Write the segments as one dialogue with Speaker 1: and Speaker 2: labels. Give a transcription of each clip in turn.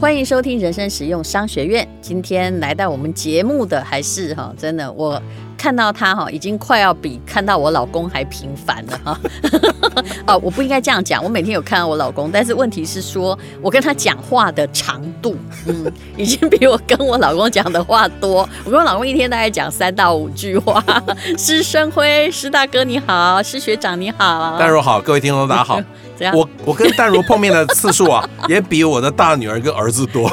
Speaker 1: 欢迎收听人生实用商学院。今天来到我们节目的还是哈，真的我看到他哈，已经快要比看到我老公还频繁了哈。 哦，我不应该这样讲，我每天有看到我老公，但是问题是说我跟他讲话的长度，嗯， 已经比我跟我老公讲的话多。我跟我老公一天大概讲三到五句话。 施生辉，施大哥你好，施学长你 好，
Speaker 2: 淡如好，各位听众大 家好。
Speaker 1: 怎样？
Speaker 2: 我我跟淡如碰面的次数 啊，也比我的大女儿跟儿子多，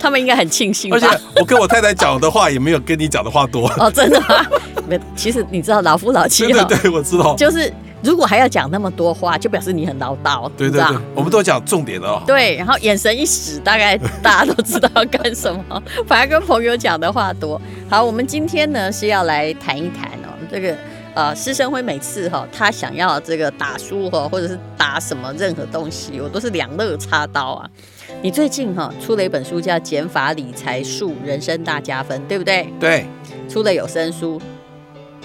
Speaker 1: 他们应该很庆幸吧？
Speaker 2: 而且我跟我太太讲的话也没有跟你讲的 话多。
Speaker 1: 哦，真的吗？没其实你知道老夫老妻
Speaker 2: 对
Speaker 1: 了，
Speaker 2: 对对，我知道。
Speaker 1: 就是如果还要讲那么多话，就表示你很唠叨，
Speaker 2: 对
Speaker 1: 你
Speaker 2: 对
Speaker 1: 知道
Speaker 2: 对，我们都讲重点的哦。
Speaker 1: 对，然后眼神一使，大概大家都知道要干什么，反而跟朋友讲的话多。好，我们今天呢是要来谈一谈哦，这个呃，师生辉每次哈、他想要这个打书哈、或者是打什么任何东西，我都是两肋插刀啊。你最近哈、出了一本书叫《减法理财术：人生大加分》，对不对？
Speaker 2: 对，
Speaker 1: 出了有声书，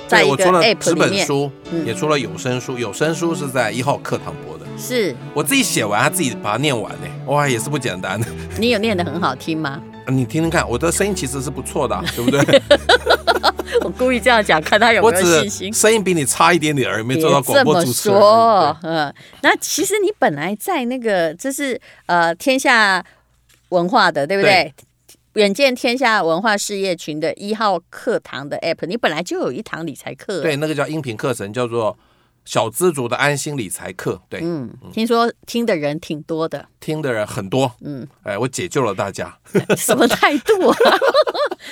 Speaker 1: 在
Speaker 2: 对
Speaker 1: 一
Speaker 2: 我
Speaker 1: 个
Speaker 2: 出了
Speaker 1: App
Speaker 2: 纸
Speaker 1: 里
Speaker 2: 本
Speaker 1: 面
Speaker 2: 书，
Speaker 1: 嗯
Speaker 2: 也出了有声书，有声书是在一号课堂播的，
Speaker 1: 是
Speaker 2: 我自己写完，他自己把它念完呢，哇，也是不简单的。
Speaker 1: 你有念得很好听吗？
Speaker 2: 你听听看，我的声音其实是不错的啊，对 不对？
Speaker 1: 我故意这样讲，看他有
Speaker 2: 我
Speaker 1: 没有
Speaker 2: 只
Speaker 1: 信心。
Speaker 2: 声音比你差一点点而已，没
Speaker 1: 别
Speaker 2: 做到广
Speaker 1: 这
Speaker 2: 播
Speaker 1: 么
Speaker 2: 主持人。对
Speaker 1: 说，嗯，那其实你本来在那个，就是呃，天下文化的，对不对？远见天下文化事业群的一号课堂的 app，你本来就有一堂理财课，，
Speaker 2: 对，那个叫音频课程，叫做小资族的安心理财课。对，
Speaker 1: 嗯，听说听的人挺多的，
Speaker 2: 听的人很多，
Speaker 1: 嗯，
Speaker 2: 哎，我解救了 大家。
Speaker 1: 什么态度 啊？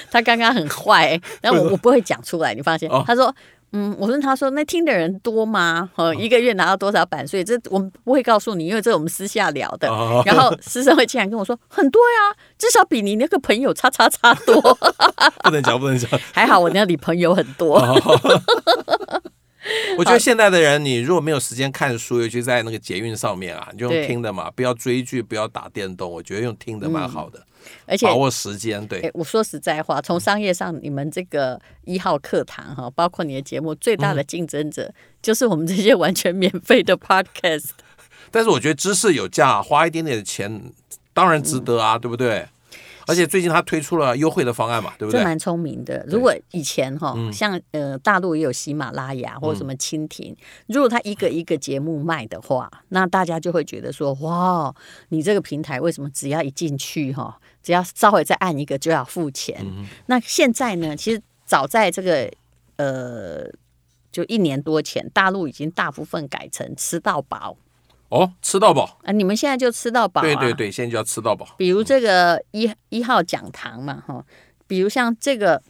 Speaker 1: 他刚刚很坏、欸，然后我我不会讲出来，你放心
Speaker 2: 嗯哦。
Speaker 1: 他说。嗯，我问他说，那听的人多吗？
Speaker 2: 哦
Speaker 1: 呃，一个月拿到多少版税？这我们不会告诉你，因为这我们私下聊的。
Speaker 2: 哦
Speaker 1: 然后师生会竟然跟我说很多呀，至少比你那个朋友叉叉叉 多。
Speaker 2: 不能讲，不能讲。
Speaker 1: 还好我那里朋友很多，
Speaker 2: 哦我觉得现在的人，你如果没有时间看书，尤其在那个捷运上面啊，你就
Speaker 1: 对
Speaker 2: 用听的嘛，不要追剧，不要打电动，我觉得用听的蛮好
Speaker 1: 嗯
Speaker 2: 的，
Speaker 1: 而且
Speaker 2: 把握时间。对，
Speaker 1: 诶我说实在话，从商业上，你们这个一号课堂哈，包括你的节目，最大
Speaker 2: 嗯
Speaker 1: 的竞争者、就是我们这些完全免费的 podcast。
Speaker 2: 但是我觉得知识有价，花一点点的钱当然值得
Speaker 1: 嗯
Speaker 2: 啊，对不对？而且最近他推出了优惠的方案嘛，对不
Speaker 1: 这
Speaker 2: 对？嗯
Speaker 1: 蛮聪明的。如果以前哈，像呃大陆也有喜马拉雅或者什么蜻蜓，如果它一个一个节目卖的话，那大家就会觉得说，哇，哦你这个平台为什么只要一进去哈，只要稍微再按一个就要付钱？
Speaker 2: 嗯
Speaker 1: 那现在呢，其实早在这个呃。就一年多前，大陆已经大部分改成吃到饱
Speaker 2: 哦，吃到饱，
Speaker 1: 啊！你们现在就吃到饱、啊，
Speaker 2: 对对对，现在就要吃到饱。
Speaker 1: 比如这个一一号讲堂嘛，哈，比如像这个，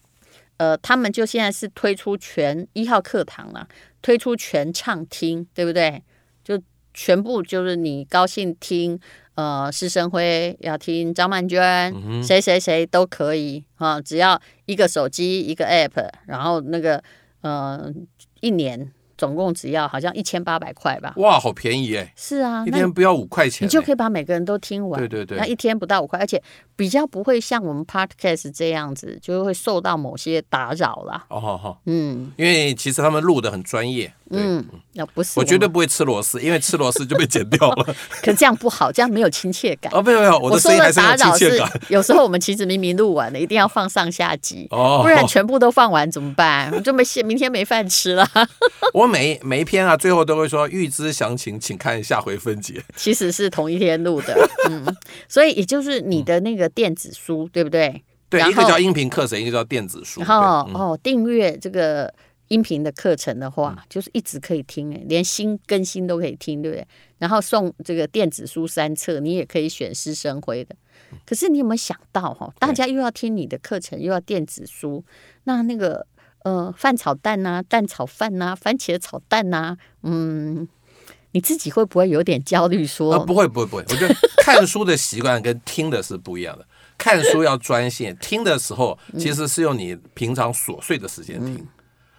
Speaker 1: 呃，他们就现在是推出全一号课堂了，推出全畅听，对不对？就全部就是你高兴听，呃，施生辉要听张曼娟，谁谁谁都可以啊，只要一个手机一个 app，然后那个呃，一年总共只要好像一千八百块吧。
Speaker 2: 哇，好便宜哎，
Speaker 1: 是啊，
Speaker 2: 一
Speaker 1: 那你
Speaker 2: 天不要五块钱
Speaker 1: 你
Speaker 2: 哎，
Speaker 1: 就可以把每个人都听完。
Speaker 2: 对对对
Speaker 1: 那一天不到五块，而且比较不会像我们 podcast 这样子，就会受到某些打扰啦。
Speaker 2: 哦好好，
Speaker 1: 嗯
Speaker 2: 因为其实他们录的很专业，对，
Speaker 1: 嗯，那不是
Speaker 2: 我绝对
Speaker 1: 们，
Speaker 2: 不会吃螺丝，因为吃螺丝就被剪 掉了。
Speaker 1: 可是这样不好，这样没有亲切感。
Speaker 2: 哦，没有没有， 我的
Speaker 1: 说
Speaker 2: 声音还
Speaker 1: 的
Speaker 2: 是很
Speaker 1: 打
Speaker 2: 有亲
Speaker 1: 扰
Speaker 2: 切
Speaker 1: 是
Speaker 2: 感。
Speaker 1: 有时候我们其实明明录完了，一定要放上下集。
Speaker 2: 哦
Speaker 1: 不然全部都放完怎么办？我就没明天没饭吃了。
Speaker 2: 我每每一篇啊，最后都会说预知详情，请看下回分解。
Speaker 1: 其实是同一天录的，嗯，所以也就是你的那个电子书，对不对？
Speaker 2: 对，
Speaker 1: 然
Speaker 2: 一个
Speaker 1: 后
Speaker 2: 叫音频课程，一个叫电子书。
Speaker 1: 然
Speaker 2: 对
Speaker 1: 后、
Speaker 2: 嗯
Speaker 1: 哦，订阅这个音频的课程的话，就是一直可以听，诶，连新更新都可以听，对不对？然后送这个电子书三册，你也可以选师生辉的。
Speaker 2: 嗯
Speaker 1: 可是你有没有想到哈、大家又要听你的课程，又要电子书，那那个呃饭炒蛋呐、蛋炒饭呐、番茄炒蛋呐、嗯，你自己会不会有点焦虑说？
Speaker 2: 啊，不会不会不会，我觉得看书的习惯跟听的是不一样的。看书要专心，听的时候其实是用你平常琐碎的时间听。
Speaker 1: 嗯
Speaker 2: 嗯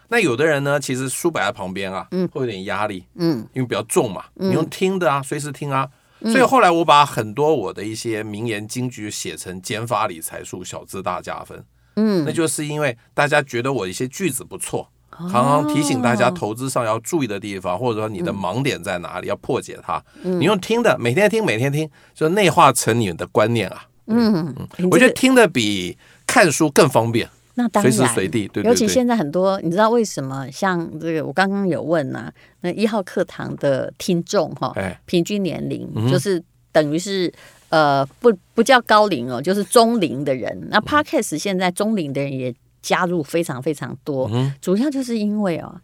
Speaker 2: 那有的人呢，其实书摆在旁边啊，会有点压力，
Speaker 1: 嗯，
Speaker 2: 因为比较重嘛，你用听的啊，随时听啊。所以后来我把很多我的一些名言金句写成《减法理财术》，小字大加分。嗯，那就是因为大家觉得我一些句子不错，
Speaker 1: 哦
Speaker 2: 常常提醒大家投资上要注意的地方，或者说你的盲点在哪里，要破解它。
Speaker 1: 嗯
Speaker 2: 你用听的，每天听，每天听，就内化成你的观念啊。
Speaker 1: 嗯，你
Speaker 2: 我
Speaker 1: 这
Speaker 2: 觉得
Speaker 1: 个
Speaker 2: 听的比看书更方便，
Speaker 1: 那当
Speaker 2: 随
Speaker 1: 然，
Speaker 2: 时随地，对对
Speaker 1: 尤其
Speaker 2: 对。
Speaker 1: 现在很多，你知道为什么？像这个，我刚刚有问啊，那一号课堂的听众哈，
Speaker 2: 哎，嗯
Speaker 1: 平均年龄就是等于是。呃，不不叫高龄哦，就是中龄的人。
Speaker 2: 嗯
Speaker 1: 那 podcast 现在中龄的人也加入非常非常多，
Speaker 2: 嗯
Speaker 1: 主要就是因为哦，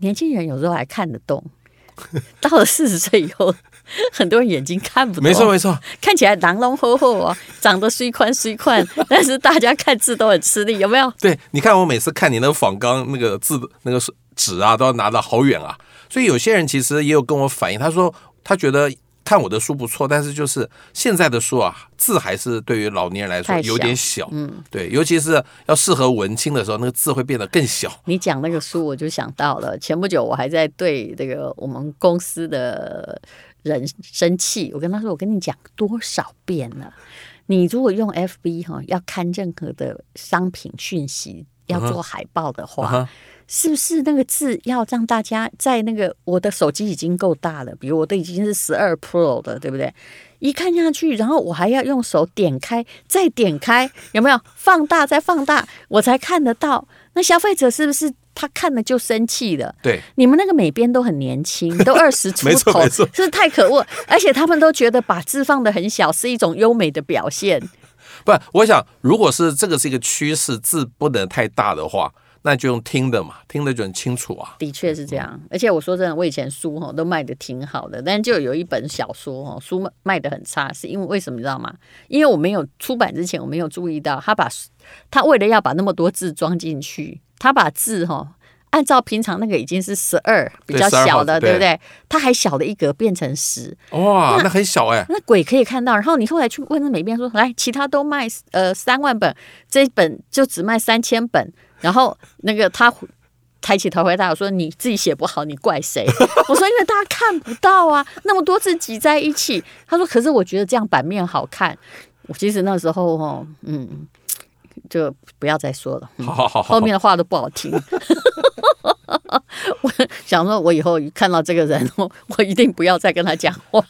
Speaker 1: 年轻人有时候还看得动， 到了四十岁以后，很多人眼睛看不懂。
Speaker 2: 没错没错，
Speaker 1: 看起来狼龙吼吼哦，长得虽宽虽宽，但是大家看字都很吃力，有没有？
Speaker 2: 对，你看我每次看你那个仿纲那个字那个纸啊，都要拿得好远啊。所以有些人其实也有跟我反映，他说他觉得看我的书不错，但是就是现在的书啊，字还是对于老年人来说
Speaker 1: 太小
Speaker 2: 有点小，嗯，对，尤其是要适合文青的时候，那个字会变得更小。
Speaker 1: 你讲那个书，我就想到了，前不久我还在对这个我们公司的人生气，我跟他说，我跟你讲多少遍了，你如果用 FB 哈、要看任何的商品讯息，要做海报的话。
Speaker 2: 啊哈
Speaker 1: 是不是那个字要让大家在那个我的手机已经够大了，比如我的已经是十二 Pro 的，对不对？一看下去，然后我还要用手点开，再点开，有没有放大再放大，我才看得到。那消费者是不是他看了就生气了？
Speaker 2: 对，
Speaker 1: 你们那个美编都很年轻， 都二十出
Speaker 2: 没错
Speaker 1: 头，
Speaker 2: 没
Speaker 1: 是
Speaker 2: 错
Speaker 1: 不是太可恶？而且他们都觉得把字放的很小是一种优美的表现。
Speaker 2: 不，我想如果是这个是一个趋势，字不能太大的话，那就用听的嘛，听的就很清楚啊。
Speaker 1: 的确是这样，而且我说真的，我以前书哈都卖的挺好的，但就有一本小说哈书卖的很差，是因为为什么你知道吗？因为我没有出版之前我没有注意到，他把他为了要把那么多字装进去，他把字哈按照平常那个已经是十二比较
Speaker 2: 12
Speaker 1: 小
Speaker 2: 号
Speaker 1: 的，
Speaker 2: 字
Speaker 1: 对不
Speaker 2: 对
Speaker 1: 对？他还小的一格变成十，
Speaker 2: 哇，那很小哎、
Speaker 1: 那鬼可以看到。然后你后来去问那美编说，来，其他都卖呃三万本，这一本就只卖三千本。然后那个他回抬起头回答我说：“你自己写不好，你怪谁？” 我说：“因为大家看不到啊，那么多字挤在一起。”他说：“可是我觉得这样版面好看。”我其实那时候哦，嗯，就不要再说了。
Speaker 2: 好好好好，
Speaker 1: 后面的话都不好听。 我想说，我以后看到这个人，我我一定不要再跟他讲话。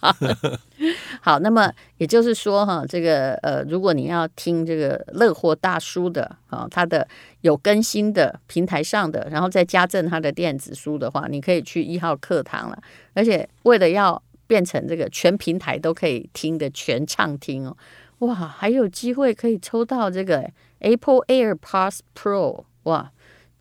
Speaker 1: 好，那么也就是说哈，这个呃，如果你要听这个乐活大叔的啊、他的有更新的平台上的，然后再加赠他的电子书的话，你可以去一号课堂了。而且为了要变成这个全平台都可以听的全畅听哦，哇，还有机会可以抽到这个哎 Apple AirPods Pro 哇，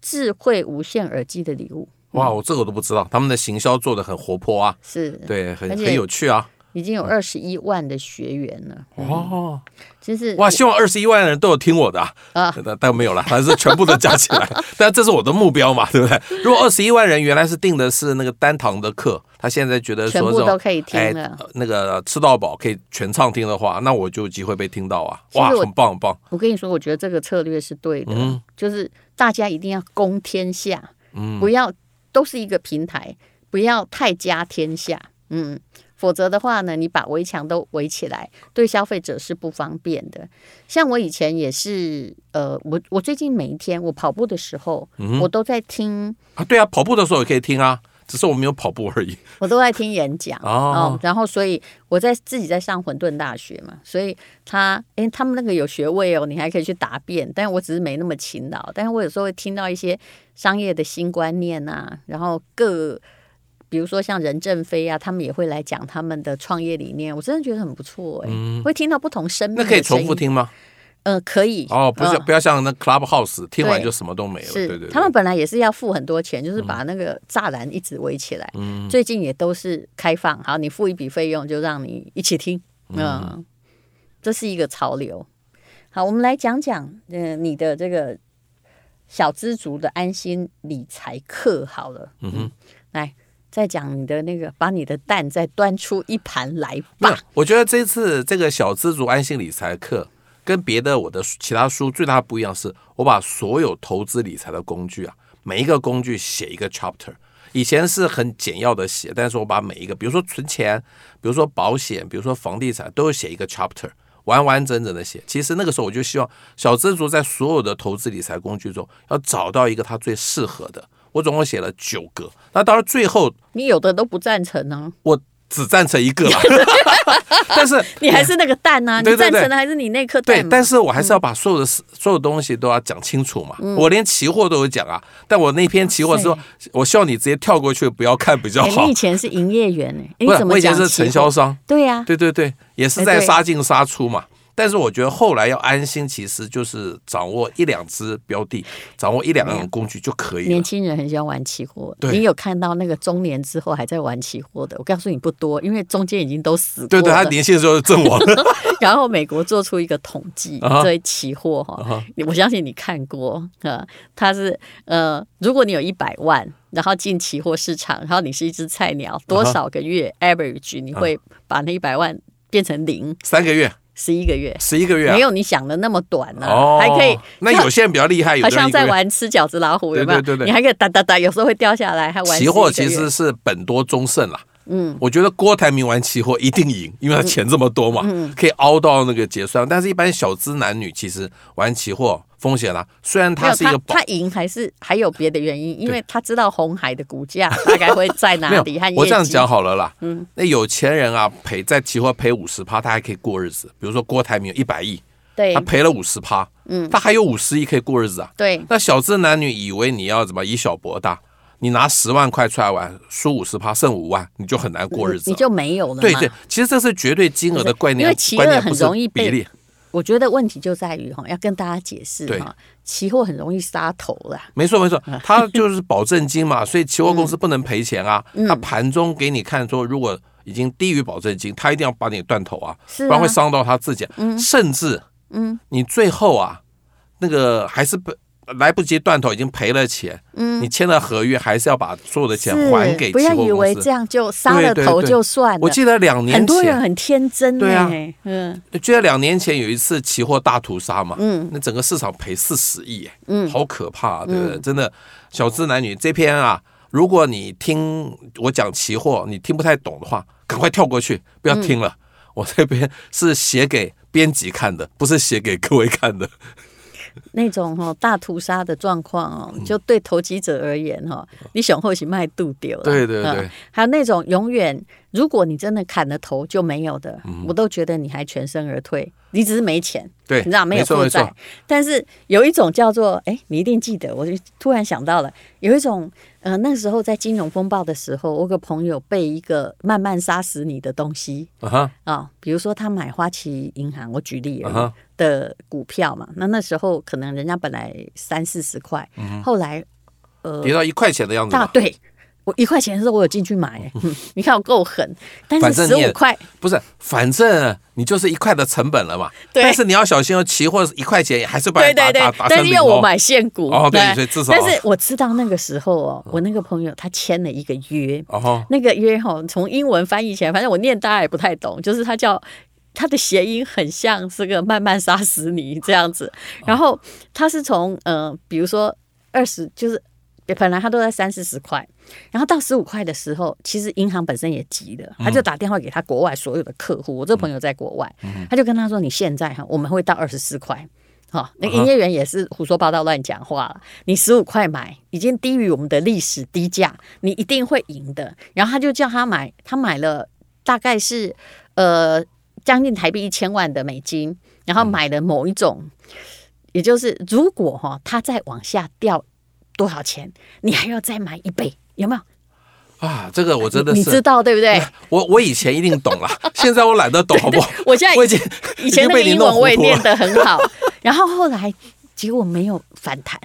Speaker 1: 智慧无线耳机的礼物
Speaker 2: 哇，我这个我都不知道，他们的行销做的很活泼啊，
Speaker 1: 是
Speaker 2: 对，很
Speaker 1: 而且
Speaker 2: 很有趣啊。
Speaker 1: 已经有二十一万的学员了，
Speaker 2: 哦，
Speaker 1: 真是
Speaker 2: 哇！希望二十一万人都有听我的啊，
Speaker 1: 啊
Speaker 2: 但但没有了，反正是全部都加起来。 但这是我的目标嘛，对不对？如果二十一万人原来是定的是那个单堂的课，他现在觉得
Speaker 1: 全
Speaker 2: 说
Speaker 1: 部
Speaker 2: 这
Speaker 1: 都
Speaker 2: 种
Speaker 1: 可以听
Speaker 2: 哎
Speaker 1: 了。
Speaker 2: 呃那个吃到饱可以全唱听的话，那我就有机会被听到啊！
Speaker 1: 其实
Speaker 2: 哇，
Speaker 1: 我
Speaker 2: 很棒很棒，
Speaker 1: 我跟你说，我觉得这个策略是对的，
Speaker 2: 嗯
Speaker 1: 就是大家一定要攻天下，
Speaker 2: 嗯
Speaker 1: 不要都是一个平台，不要太加天下，嗯，否则的话呢，你把围墙都围起来，对消费者是不方便的。像我以前也是，呃，我我最近每一天我跑步的时候，
Speaker 2: 嗯
Speaker 1: 我都在听，
Speaker 2: 啊！对啊，跑步的时候也可以听啊，只是我没有跑步而已。
Speaker 1: 我都在听演讲
Speaker 2: 哦
Speaker 1: 然后所以我在自己在上混沌大学嘛，所以他诶，他们那个有学位哦，你还可以去答辩，但我只是没那么勤劳，但是我有时候会听到一些商业的新观念啊，然后各比如说像任正非啊，他们也会来讲他们的创业理念，我真的觉得很不错诶，会听到不同生命
Speaker 2: 嗯那可以
Speaker 1: 的声
Speaker 2: 重
Speaker 1: 音
Speaker 2: 复，听吗？
Speaker 1: 呃，可以
Speaker 2: 哦，不
Speaker 1: 嗯
Speaker 2: 是，不要像那 Clubhouse 听完
Speaker 1: 对
Speaker 2: 就什么都没了。对
Speaker 1: 是，
Speaker 2: 对对，嗯
Speaker 1: 他们本来也是要付很多钱，就是把那个栅栏一直围起来。最近也都是开放，
Speaker 2: 嗯
Speaker 1: 好，你付一笔费用就让你一起听，嗯，这是一个潮流。好，我们来讲讲，嗯、呃，你的这个小资族的安心理财课好了，嗯
Speaker 2: 哼，
Speaker 1: 来再讲你的那个，把你的蛋再端出一盘来
Speaker 2: 没有
Speaker 1: 吧。，
Speaker 2: 我觉得这次这个小资族安心理财课跟别的我的书其他书最大的不一样是，我把所有投资理财的工具啊，每一个工具写一个 chapter。以前是很简要的写，但是我把每一个，比如说存钱，比如说保险，比如说房地产，都有写一个 chapter，完完整整的写。其实那个时候我就希望小资族在所有的投资理财工具中，要找到一个他最适合的，我总共写了九个。那当然最后
Speaker 1: 你有的都不赞成哦呢、
Speaker 2: 我只赞成一个 了， 但是
Speaker 1: 你还是那个蛋呢、啊？
Speaker 2: 对
Speaker 1: 你
Speaker 2: 对
Speaker 1: 赞
Speaker 2: 对
Speaker 1: 成的还是你那颗
Speaker 2: 对
Speaker 1: 蛋，嘛？
Speaker 2: 但是我还是
Speaker 1: 嗯
Speaker 2: 要把所有的事、所有东西都要讲清楚嘛。我连期货都有讲啊，但我那篇期货说，我希望你直接跳过去，不要看比较
Speaker 1: 哎
Speaker 2: 好
Speaker 1: 你以。前是营业员呢、你
Speaker 2: 哦不是，
Speaker 1: 怎
Speaker 2: 我
Speaker 1: 么
Speaker 2: 以前
Speaker 1: 讲？
Speaker 2: 是承销，商，
Speaker 1: 对啊呀、
Speaker 2: 对对对，也是
Speaker 1: 哎
Speaker 2: 在
Speaker 1: 对
Speaker 2: 杀进杀出嘛。但是我觉得后来要安心，其实就是掌握一两只标的，掌握一两样工具就可以
Speaker 1: 年
Speaker 2: 了。
Speaker 1: 轻人很喜欢玩期货，
Speaker 2: 对
Speaker 1: 你有看到那个中年之后还在玩期货的？我告诉你不多，因为中间已经都死过
Speaker 2: 对
Speaker 1: 了。
Speaker 2: 对，他年轻的时候就阵亡了。
Speaker 1: 然后美国做出一个统计，
Speaker 2: 啊哈
Speaker 1: 这期货
Speaker 2: 啊
Speaker 1: 哈
Speaker 2: 哈，
Speaker 1: 你我相信你看过，呃，它是呃，如果你有一百万，然后进期货市场，然后你是一只菜鸟，
Speaker 2: 啊
Speaker 1: 多少个月 average 你会把那一百万变成零，
Speaker 2: 三个月，
Speaker 1: 十一个月，
Speaker 2: 十一个月、啊
Speaker 1: 没。有你想的那么短呢、
Speaker 2: 哦，
Speaker 1: 还可以。
Speaker 2: 那有些人比较厉害，有
Speaker 1: 好
Speaker 2: 的人
Speaker 1: 像
Speaker 2: 一个
Speaker 1: 在
Speaker 2: 月
Speaker 1: 玩吃饺子老虎，有没有？
Speaker 2: 对对对对
Speaker 1: 你还可以哒哒哒，有时候会掉下来，还玩
Speaker 2: 期
Speaker 1: 11
Speaker 2: 货
Speaker 1: 个
Speaker 2: 其
Speaker 1: 月
Speaker 2: 实是本多终胜啦。嗯，我觉得郭台铭玩期货一定赢，因为他钱这么多嘛，
Speaker 1: 嗯
Speaker 2: 可以凹到那个结算。但是，一般小资男女其实玩期货风险啦、虽然
Speaker 1: 没
Speaker 2: 它
Speaker 1: 有
Speaker 2: 是一个保
Speaker 1: 他，他赢还是还有 别的原因，因为他知道红海的股价大概会在哪
Speaker 2: 没有
Speaker 1: 里和业绩。
Speaker 2: 我这样讲好了啦。嗯，那有钱人啊，赔在期货赔五十趴，他还可以过日子。比如说郭台铭有一百亿，
Speaker 1: 对
Speaker 2: 他赔了五十趴，嗯，他还有五十亿可以过日子啊。
Speaker 1: 对，
Speaker 2: 那小资男女以为你要怎么以小博大，你拿十万块出来玩，输五十趴，剩五万，你就很难过日子
Speaker 1: 你
Speaker 2: 了。
Speaker 1: 就没有了嘛。
Speaker 2: 对对，其实这是绝对金额的概念，
Speaker 1: 因为期
Speaker 2: 观
Speaker 1: 二
Speaker 2: 念
Speaker 1: 很
Speaker 2: 不是
Speaker 1: 容易
Speaker 2: 比
Speaker 1: 被
Speaker 2: 例。
Speaker 1: 我觉得问题就在于哈，要跟大家解释
Speaker 2: 对
Speaker 1: 哈，期货很容易杀头啦。
Speaker 2: 没错 没错，
Speaker 1: 嗯
Speaker 2: 它就是保证金嘛，所以期货公司不能赔钱啊。
Speaker 1: 嗯
Speaker 2: 它盘中给你看说，如果已经低于保证金，它一定要把你断头啊，
Speaker 1: 是啊
Speaker 2: 不然会伤到他自己。甚至，嗯，你最后啊，那个还是不来不及断头，已经赔了钱，嗯，你签了合约，还是要把所有的钱还给
Speaker 1: 不
Speaker 2: 期
Speaker 1: 要
Speaker 2: 货
Speaker 1: 以为
Speaker 2: 公
Speaker 1: 这
Speaker 2: 司。
Speaker 1: 样就杀了
Speaker 2: 对对
Speaker 1: 头
Speaker 2: 对
Speaker 1: 就算
Speaker 2: 我
Speaker 1: 了。
Speaker 2: 记得两年
Speaker 1: 很多人
Speaker 2: 前，
Speaker 1: 很天真
Speaker 2: 对啊
Speaker 1: 呢，嗯，
Speaker 2: 记得两年前有一次期货大屠杀嘛，嗯，那整个市场赔四十亿，嗯，好可怕、啊，
Speaker 1: 嗯
Speaker 2: 对不对？真的，小资男女这篇啊，如果你听我讲期货，你听不太懂的话，赶快跳过去，不要听了。
Speaker 1: 嗯
Speaker 2: 我这边是写给编辑看的，不是写给各位看的。
Speaker 1: 那种哦大屠杀的状况哦，
Speaker 2: 嗯
Speaker 1: 就对投机者而言哦，你雄厚是卖度丢了。
Speaker 2: 对对对
Speaker 1: 嗯还有那种永远，如果你真的砍了头就没有的，我都觉得你还全身而退，你只是没钱。
Speaker 2: 嗯对，
Speaker 1: 你知道没有
Speaker 2: 错
Speaker 1: 负
Speaker 2: 没
Speaker 1: 债
Speaker 2: 错，，
Speaker 1: 但是有一种叫做哎，你一定记得，我就突然想到了，有一种呃，那时候在金融风暴的时候，我有个朋友被一个慢慢杀死你的东西
Speaker 2: 啊哈，
Speaker 1: 啊、比如说他买花旗银行，我举例而已
Speaker 2: 啊哈
Speaker 1: 的股票嘛，那那时候可能人家本来三四十块，
Speaker 2: 嗯
Speaker 1: 后来
Speaker 2: 跌到一块钱的样子
Speaker 1: 呃大
Speaker 2: 吧。
Speaker 1: 对。我一块钱的时候，我有进去买、哎 你看我够狠，但
Speaker 2: 哦反
Speaker 1: 是
Speaker 2: 正
Speaker 1: 十
Speaker 2: 你也
Speaker 1: 五块，
Speaker 2: 不是，反正你就是一块的成本了嘛。
Speaker 1: 对
Speaker 2: 但是你要小心哦，期货一块钱还是把
Speaker 1: 对
Speaker 2: 你打
Speaker 1: 对对
Speaker 2: 打打，
Speaker 1: 但
Speaker 2: 成
Speaker 1: 是
Speaker 2: 零
Speaker 1: 因为我
Speaker 2: 哦。
Speaker 1: 买现股，
Speaker 2: 哦对所以至少
Speaker 1: 但是我知道那个时候哦，我那个朋友他签了一个约，
Speaker 2: 哦吼，
Speaker 1: 那个约哈，从英文翻译起来，反正我念大家也不太懂，就是它叫它的谐音很像这个“慢慢杀死你”这样子。然后它是从呃，比如说二十，就是本来它都在三四十块，然后到十五块的时候，其实银行本身也急了，他就打电话给他国外所有的客户，我这个朋友在国外，他就跟他说：“你现在哈，我们会到二十四块。”
Speaker 2: 啊
Speaker 1: 好，那营业员也是胡说八道、乱讲话了。你十五块买，已经低于我们的历史低价，你一定会赢的。然后他就叫他买，他买了大概是呃将近台币一千万的美金，然
Speaker 2: 嗯
Speaker 1: 后买了某一种，也就是如果哈、它再往下掉多少钱，你还要再买一倍，有没有？
Speaker 2: 啊，这个我真的
Speaker 1: 你
Speaker 2: 是啊
Speaker 1: 你知道对不对？
Speaker 2: 我我以前一定 懂了，现在我懒得懂，好不好？
Speaker 1: 我现在
Speaker 2: 我已经
Speaker 1: 以前那
Speaker 2: 已经
Speaker 1: 个
Speaker 2: 被你
Speaker 1: 英
Speaker 2: 弄
Speaker 1: 文我也
Speaker 2: 糊涂
Speaker 1: 念
Speaker 2: 了。
Speaker 1: 得很好，然后后来结果没有反弹，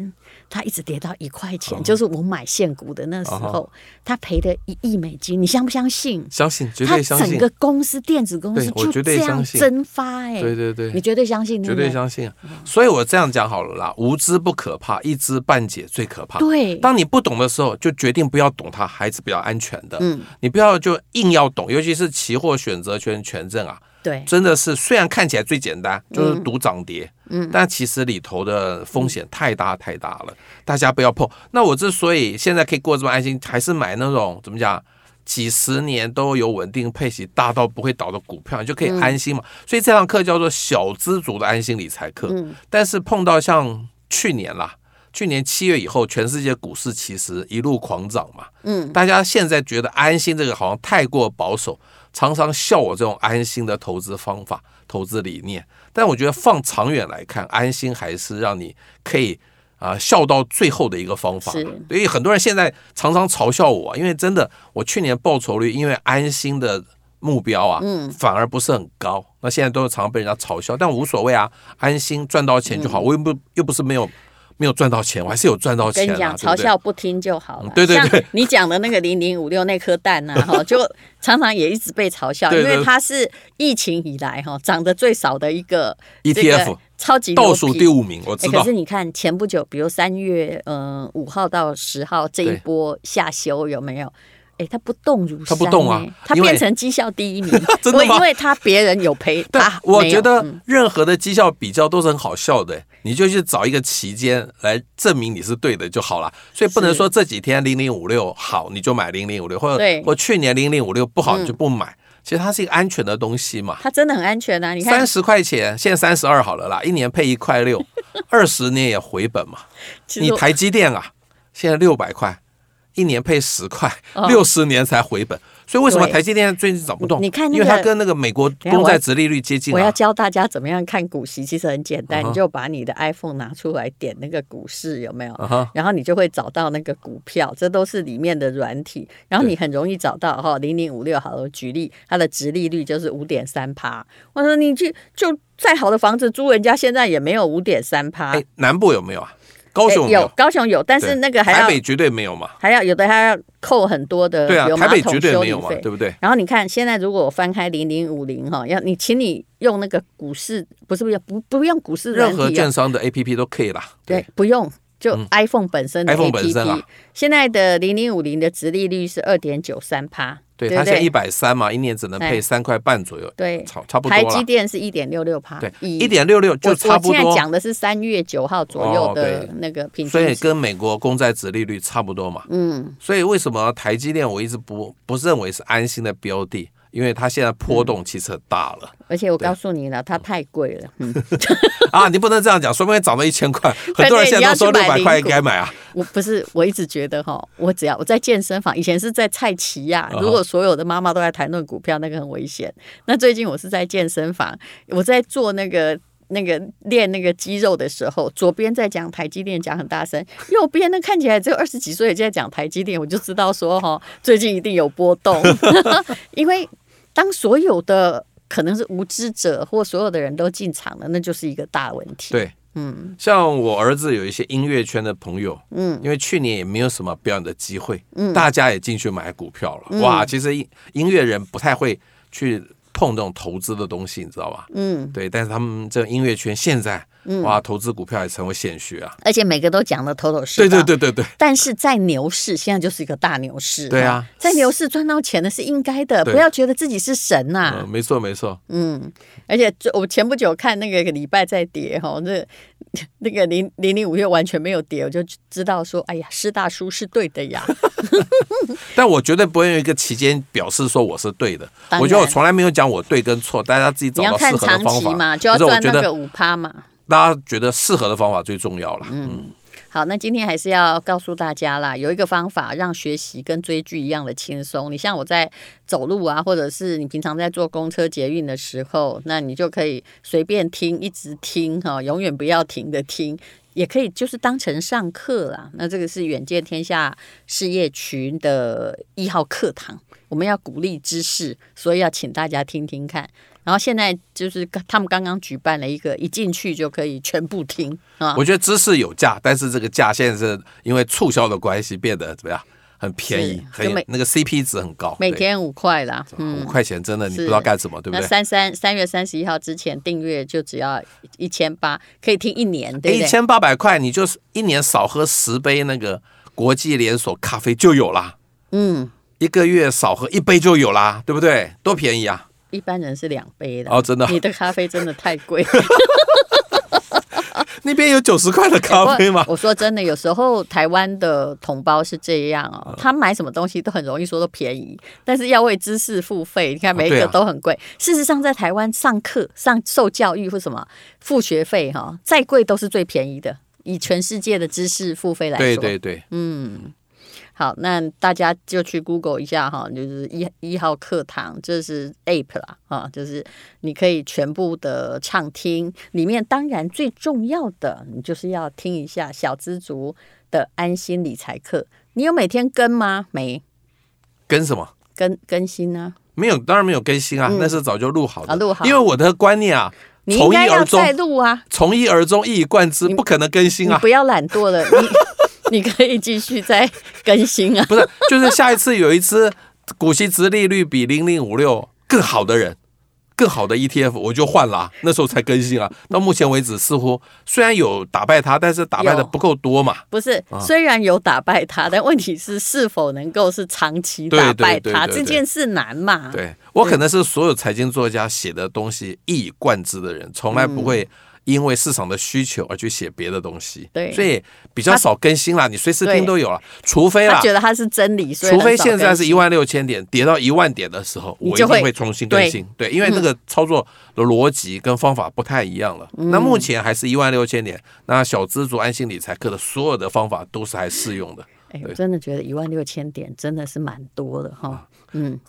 Speaker 1: 它一直跌到一块
Speaker 2: 哦
Speaker 1: 钱，就是我买现股的那时候，它赔了一亿美金，你相不相信？
Speaker 2: 相信，绝
Speaker 1: 它
Speaker 2: 对相
Speaker 1: 整
Speaker 2: 信
Speaker 1: 个，公司电子公司
Speaker 2: 对我
Speaker 1: 就
Speaker 2: 绝
Speaker 1: 这
Speaker 2: 对
Speaker 1: 样
Speaker 2: 相信
Speaker 1: 蒸发哎、
Speaker 2: 对对对
Speaker 1: 你，绝对相信对
Speaker 2: 绝
Speaker 1: 不对
Speaker 2: 对？相信。啊
Speaker 1: 嗯
Speaker 2: 所以我这样讲好了啦，无知不可怕，一知半解最可怕。
Speaker 1: 对，
Speaker 2: 当你不懂的时候，就决定不要懂它，还是比较安全的。嗯，你不要就硬要懂，尤其是期货选择权权证啊，
Speaker 1: 对，
Speaker 2: 真的是虽然看起来最简单，就是赌涨跌，嗯，但其实里头的风险太大太大了，大家不要碰。那我之所以现在可以过这么安心，还是买那种怎么讲？几十年都有稳定配息，大到不会倒的股票，你就可以安心嘛。所以这堂课叫做小资族的安心理财课。但是碰到像去年啦，去年七月以后，全世界股市其实一路狂涨嘛。嗯，大家现在觉得安心这个好像太过保守，常常笑我这种安心的投资方法、投资理念。但我觉得放长远来看，安心还是让你可以啊、笑到最后的一个方法。
Speaker 1: 是
Speaker 2: 所以很多人现在常常嘲笑我，因为真的我去年报酬率因为安心的目标啊，
Speaker 1: 嗯
Speaker 2: 反而不是很高。那现在都常被人家嘲笑，但无所谓啊，安心赚到钱
Speaker 1: 嗯
Speaker 2: 就好。我又不又不是没有没有赚到钱，我还是有赚到
Speaker 1: 跟
Speaker 2: 钱
Speaker 1: 你
Speaker 2: 啊
Speaker 1: 讲，，
Speaker 2: 对
Speaker 1: 嘲
Speaker 2: 不对？
Speaker 1: 笑不听就好了
Speaker 2: 嗯。对对对
Speaker 1: 像你讲的那个零零五六那颗蛋呐，哈，就常常也一直被嘲笑，
Speaker 2: 对
Speaker 1: 因
Speaker 2: 对
Speaker 1: 为它是疫情以来哈涨得最少的一个
Speaker 2: ETF
Speaker 1: 这个超级
Speaker 2: E 倒数第
Speaker 1: 五。
Speaker 2: 五名，我
Speaker 1: 哎
Speaker 2: 知
Speaker 1: 可
Speaker 2: 道
Speaker 1: 是。你看前不久，比如三月嗯五号到十号这一
Speaker 2: 对
Speaker 1: 波下修有没有？哎，它不动如山、
Speaker 2: 它不动啊
Speaker 1: 哎它
Speaker 2: 因为，
Speaker 1: 变成绩效第一名
Speaker 2: 真的吗
Speaker 1: 因为它别人有赔，
Speaker 2: 但
Speaker 1: 它
Speaker 2: 我
Speaker 1: 没有
Speaker 2: 觉得
Speaker 1: 嗯
Speaker 2: 任何的绩效比较都是很好笑的，你就去找一个期间来证明你是对的就好了。所以不能
Speaker 1: 是
Speaker 2: 说这几天零零五六好你就买零零五六，或者
Speaker 1: 对
Speaker 2: 或去年零零五六不好你就不买。其实它是一个安全的东西嘛，
Speaker 1: 它真的很安全啊！你看
Speaker 2: 三十块钱现在三十二好了啦，一年配一 块六，二十年也回本嘛。
Speaker 1: 其
Speaker 2: 你
Speaker 1: 实我
Speaker 2: 台积电啊，现在六百块，一年配十块
Speaker 1: 哦，
Speaker 2: 六十年才回本。所以为什么
Speaker 1: 对
Speaker 2: 台积电最近涨不动？
Speaker 1: 你看那
Speaker 2: 因为它
Speaker 1: 个
Speaker 2: 跟那个美国
Speaker 1: 下
Speaker 2: 公
Speaker 1: 我
Speaker 2: 债
Speaker 1: 要
Speaker 2: 殖利率接近
Speaker 1: 我要
Speaker 2: 啊。
Speaker 1: 教大家怎么样看股息，其实很简单
Speaker 2: 嗯哼
Speaker 1: 你就把你的 iPhone 拿出来点那个股市有没有
Speaker 2: 啊哈，
Speaker 1: 然后你就会找到那个股票，这都是里面的软体，然后你很容易找到哈，零零五六好了，我举例它的值利率就是五点三趴。我说你去就再好的房子租人家现在也没有五点三趴，
Speaker 2: 哎，南部有没有啊？高
Speaker 1: 哎
Speaker 2: 雄有没
Speaker 1: 有
Speaker 2: 有？
Speaker 1: 高雄有，但
Speaker 2: 对
Speaker 1: 是那个还
Speaker 2: 台北
Speaker 1: 要
Speaker 2: 绝对没有嘛。
Speaker 1: 还要有的还要扣很多的
Speaker 2: 对啊
Speaker 1: 有，
Speaker 2: 台
Speaker 1: 马
Speaker 2: 北
Speaker 1: 桶
Speaker 2: 绝对
Speaker 1: 修
Speaker 2: 没
Speaker 1: 理
Speaker 2: 有嘛，
Speaker 1: 费
Speaker 2: 对不对？
Speaker 1: 然后你看，现在如果我翻开零零五零哈，要你，请你用那个股市，不是不用，不不用股市软
Speaker 2: 任
Speaker 1: 体
Speaker 2: 何
Speaker 1: 哦
Speaker 2: 券商的 APP 都可以啦。
Speaker 1: 对，不用就 iPhone 本身的
Speaker 2: iPhone
Speaker 1: APP。
Speaker 2: 本身啊
Speaker 1: 现在的零零五零的殖利率是二点九三趴，
Speaker 2: 对，
Speaker 1: 不
Speaker 2: 它现在一
Speaker 1: 对？
Speaker 2: 百三嘛，一年只能配
Speaker 1: 哎
Speaker 2: 三块半左右，
Speaker 1: 对，
Speaker 2: 差差不多
Speaker 1: 台积
Speaker 2: 了。
Speaker 1: 电是一点六六趴，
Speaker 2: 对，
Speaker 1: 以
Speaker 2: 一点六六
Speaker 1: 我
Speaker 2: 就差不
Speaker 1: 我现在
Speaker 2: 多，
Speaker 1: 讲的是三月九号左右
Speaker 2: 哦
Speaker 1: 的
Speaker 2: 对
Speaker 1: 那个平
Speaker 2: 所以
Speaker 1: 均值。
Speaker 2: 跟美国公债值利率差不多嘛。
Speaker 1: 嗯，
Speaker 2: 所以为什么台积电我一直不不认为是安心的标的？因为它现在
Speaker 1: 嗯
Speaker 2: 波动其实很大了、
Speaker 1: 而且我告诉你了，它太贵了。嗯，
Speaker 2: 啊！你不能这样讲，说不定涨到一千 块，很多人现在都说六
Speaker 1: 对
Speaker 2: 百
Speaker 1: 你要去买
Speaker 2: 块
Speaker 1: 零股
Speaker 2: 该买啊。
Speaker 1: 我不是，我一直觉得哈，我只要我在健身房，以前是在菜奇亚
Speaker 2: 嗯，哼
Speaker 1: 如果所有的妈妈都在谈论股票，那个很危险。那最近我是在健身房，我在做那个。那个练那个肌肉的时候，左边在讲台积电讲很大声，右边那看起来只有二十几岁就在讲台积电，我就知道说哈，最近一定有波 动，因为当所有的可能是无知者或所有的人都进场了，那就是一个大问题。
Speaker 2: 对，嗯，像我儿子有一些音乐圈的朋友，嗯，因为去年也没有什么表演的机会，嗯，大家也进去买股票了，
Speaker 1: 嗯
Speaker 2: 哇，其实音音乐人不太会去碰这种投资的东西，你知道吧？
Speaker 1: 嗯，
Speaker 2: 对，但是他们这音乐圈现在，哇，投资股票也成为显学啊，
Speaker 1: 而且每个都讲的头头是
Speaker 2: 对
Speaker 1: 道。
Speaker 2: 对对对对，
Speaker 1: 但是在牛市，现在就是一个大牛市。
Speaker 2: 对
Speaker 1: 哈
Speaker 2: 啊
Speaker 1: 在牛市赚到钱的是应该的，
Speaker 2: 对
Speaker 1: 不要觉得自己是神呐、
Speaker 2: 嗯，没错没错，
Speaker 1: 嗯，而且这我前不久看那个礼拜在跌哈，那 那个零零零五月完全没有跌，我就知道说，哎呀，师大叔是对的呀。
Speaker 2: 但我绝对不会用一个期间表示说我是对的
Speaker 1: 当，然
Speaker 2: 我觉得我从来没有讲我对跟错，大家自 己找
Speaker 1: 你要
Speaker 2: 到
Speaker 1: 看
Speaker 2: 适合的
Speaker 1: 长
Speaker 2: 方
Speaker 1: 期嘛，
Speaker 2: 法。
Speaker 1: 就要
Speaker 2: 可是我
Speaker 1: 赚
Speaker 2: 觉
Speaker 1: 那
Speaker 2: 得
Speaker 1: 个五趴嘛。
Speaker 2: 大家觉得适合的方法最重要了。嗯，
Speaker 1: 好，那今天还是要告诉大家啦，有一个方法让学习跟追剧一样的轻松。你像我在走路啊，或者是你平常在坐啊公车、捷运的时候，那你就可以随便听，一直听哈、永远不要停的听，也可以就是当成上课啦。那这个是远见天下事业群的一号课堂，我们要鼓励知识，所以要请大家听听看。然后现在就是他们刚刚举办了一个，一进去就可以全部听啊。
Speaker 2: 我觉得知识有价，但是这个价现在是因为促销的关系变得怎么样？很便宜
Speaker 1: 是，
Speaker 2: 很
Speaker 1: 就每
Speaker 2: 那个 CP 值很高，
Speaker 1: 每
Speaker 2: 对
Speaker 1: 天五块啦，
Speaker 2: 五
Speaker 1: 嗯，
Speaker 2: 块钱真的你不
Speaker 1: 是
Speaker 2: 知道干什么，对不
Speaker 1: 那
Speaker 2: 对？
Speaker 1: 三三三月三十一号之前订阅就只要一千八，可以听一年，对不
Speaker 2: 哎一
Speaker 1: 对？
Speaker 2: 千八百块，你就是一年少喝十杯那个国际连锁咖啡就有啦，
Speaker 1: 嗯，
Speaker 2: 一个月少喝一杯就有啦，对不对？多便宜啊！
Speaker 1: 一般人是两杯的。
Speaker 2: 哦，真的啊，
Speaker 1: 你的咖啡真的太贵，
Speaker 2: 那边有九十块的咖 啡吗？
Speaker 1: 我说真的，有时候台湾的同胞是这样
Speaker 2: 嗯
Speaker 1: 哦，他买什么东西都很容易说都便宜，但是要为知识付费，你看每一
Speaker 2: 对
Speaker 1: 个
Speaker 2: 啊
Speaker 1: 都很贵。事实上，在台湾上课、上受教育或什么付学费哈、再贵都是最便宜的。以全世界的知识付费来说，
Speaker 2: 对对对，
Speaker 1: 好，那大家就去 Google 一下哈，就是一一号课堂，这是 App 啦啊，就是你可以全部的畅听，里面当然最重要的，你就是要听一下小资族的安心理财课。你有每天跟吗？没
Speaker 2: 跟什么？
Speaker 1: 跟更新啊呢、
Speaker 2: 没有，当然没有更新啊，那是早就录好
Speaker 1: 嗯
Speaker 2: 的，
Speaker 1: 啊录好
Speaker 2: 因为我的观念啊，
Speaker 1: 你应
Speaker 2: 从一
Speaker 1: 该要
Speaker 2: 而终
Speaker 1: 再，录啊，
Speaker 2: 从一而终，一以贯之，不可能更新
Speaker 1: 你
Speaker 2: 啊。
Speaker 1: 不要懒惰了，你 你可以继续再更新啊。
Speaker 2: 不是，就是下一次有一只股息值利率比零零五六更好的人，更好的 ETF，我就换了啊、那时候才更新啊。到目前为止，似乎虽然有打败它，但是打败的
Speaker 1: 有
Speaker 2: 不够多嘛。
Speaker 1: 不是，
Speaker 2: 啊
Speaker 1: 虽然有打败他，但问题是是否能够是长期
Speaker 2: 对
Speaker 1: 打
Speaker 2: 对
Speaker 1: 败
Speaker 2: 对
Speaker 1: 他
Speaker 2: 对
Speaker 1: 这
Speaker 2: 对
Speaker 1: 件事难嘛？
Speaker 2: 对我可能是所有财经作家写的东西一以贯之的人，从来不
Speaker 1: 嗯
Speaker 2: 会因为市场的需求而去写别的东西。
Speaker 1: 对
Speaker 2: 所以比较少更新啦，你随时
Speaker 1: 对
Speaker 2: 听都有了，啊除非
Speaker 1: 他
Speaker 2: 啦。
Speaker 1: 觉得他是真理，所以
Speaker 2: 除非
Speaker 1: 很少
Speaker 2: 现在
Speaker 1: 更
Speaker 2: 是
Speaker 1: 新
Speaker 2: 一万六千点跌到一万点的时候，
Speaker 1: 你
Speaker 2: 我一
Speaker 1: 就
Speaker 2: 定
Speaker 1: 会嗯
Speaker 2: 会重新更新。对，因为那个操作的逻辑跟方法不太一样了。
Speaker 1: 嗯
Speaker 2: 那目前还是一万六千点，那小资族安心理财课的所有的方法都是还适用的。
Speaker 1: 哎，我
Speaker 2: 对啊
Speaker 1: 真的觉得一万六千点真的是蛮多的哈。嗯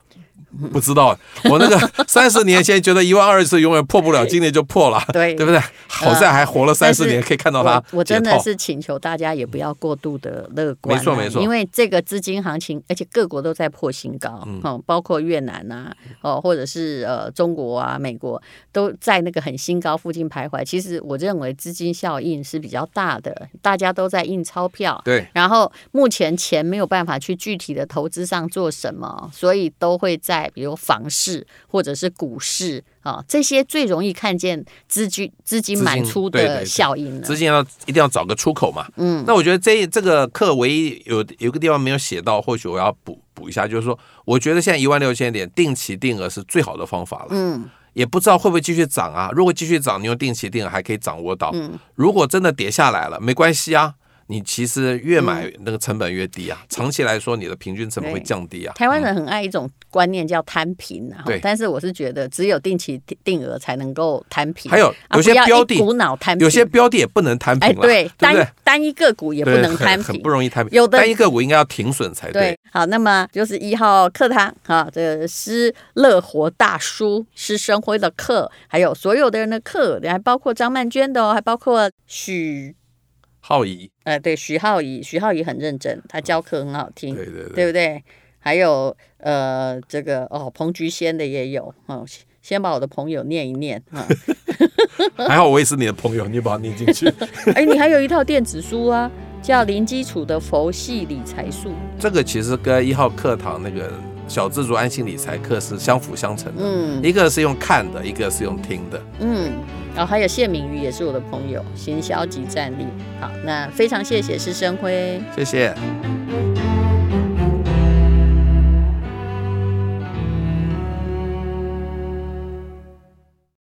Speaker 2: 不知道我 那个三十年前觉得一万二是永远破不了，今年就破了，
Speaker 1: 对
Speaker 2: 对不对？好在还活了三
Speaker 1: 但
Speaker 2: 十
Speaker 1: 是
Speaker 2: 年，可以看到它
Speaker 1: 我我真
Speaker 2: 解
Speaker 1: 的
Speaker 2: 套
Speaker 1: 是请求大家也不要过度的乐观啊、
Speaker 2: 没错没错
Speaker 1: 因为这个资金行情，而且各国都在破新高，嗯，包括越南呐、哦，或者是呃中国啊、美国都在那个很新高附近徘徊。其实我认为资金效应是比较大的，大家都在印钞票，
Speaker 2: 对。
Speaker 1: 然后目前钱没有办法去具体的投资上做什么，所以都会在比如房市或者是股市啊这些最容易看见资金资金
Speaker 2: 资金
Speaker 1: 满出
Speaker 2: 对对
Speaker 1: 的
Speaker 2: 对
Speaker 1: 效应了。
Speaker 2: 之前要一定要找个出口嘛。嗯，那我觉得这这个课唯一有有个地方没有写到，或许我要补补一下，就是说，我觉得现在一万六千点定期定额是最好的方法了。嗯，也不知道会不会继续涨啊？如果继续涨，你用定期定额还可以掌握到。嗯，如果真的跌下来了，没关系啊。你其实越买那个成本越低啊，长期来说你的平均成本会
Speaker 1: 嗯对
Speaker 2: 降低啊。
Speaker 1: 台湾人很爱一种观念叫摊平啊，
Speaker 2: 对
Speaker 1: 但是我是觉得只有定期定定额才能够摊平，
Speaker 2: 还有
Speaker 1: 啊
Speaker 2: 有些
Speaker 1: 不要
Speaker 2: 标的
Speaker 1: 一股脑摊平，
Speaker 2: 有些标的也不能摊平
Speaker 1: 哎
Speaker 2: 了，
Speaker 1: 对，
Speaker 2: 不
Speaker 1: 单
Speaker 2: 对？
Speaker 1: 单一个股也不
Speaker 2: 对
Speaker 1: 能
Speaker 2: 很
Speaker 1: 摊
Speaker 2: 很
Speaker 1: 平
Speaker 2: 不。容易摊平。
Speaker 1: 有的
Speaker 2: 单一个股应该要停损才哎对。
Speaker 1: 对，好，那么就是一号课堂啊，这个施乐活大叔施生辉的课，还有所有的人的课，还包括张曼娟的哦，还包括许
Speaker 2: 浩怡，
Speaker 1: 呃，对徐浩怡，徐浩怡很认真，他教课很好听，
Speaker 2: 对对对。
Speaker 1: 对不对？还有呃，这个哦，彭菊仙的也有哦，先先把我的朋友念一念啊，
Speaker 2: 还好我也是你的朋友，你把它念进去。
Speaker 1: 哎，你还有一套电子书啊，叫《零基础的佛系理财术》，
Speaker 2: 这个其实跟一号课堂那个小自主安心理财课是相辅相成的，
Speaker 1: 嗯
Speaker 2: 一个是用看的，一个是用听的。
Speaker 1: 嗯，然后还有谢敏瑜也是我的朋友，行销及战力。好，那非常谢谢施生辉。
Speaker 2: 谢谢。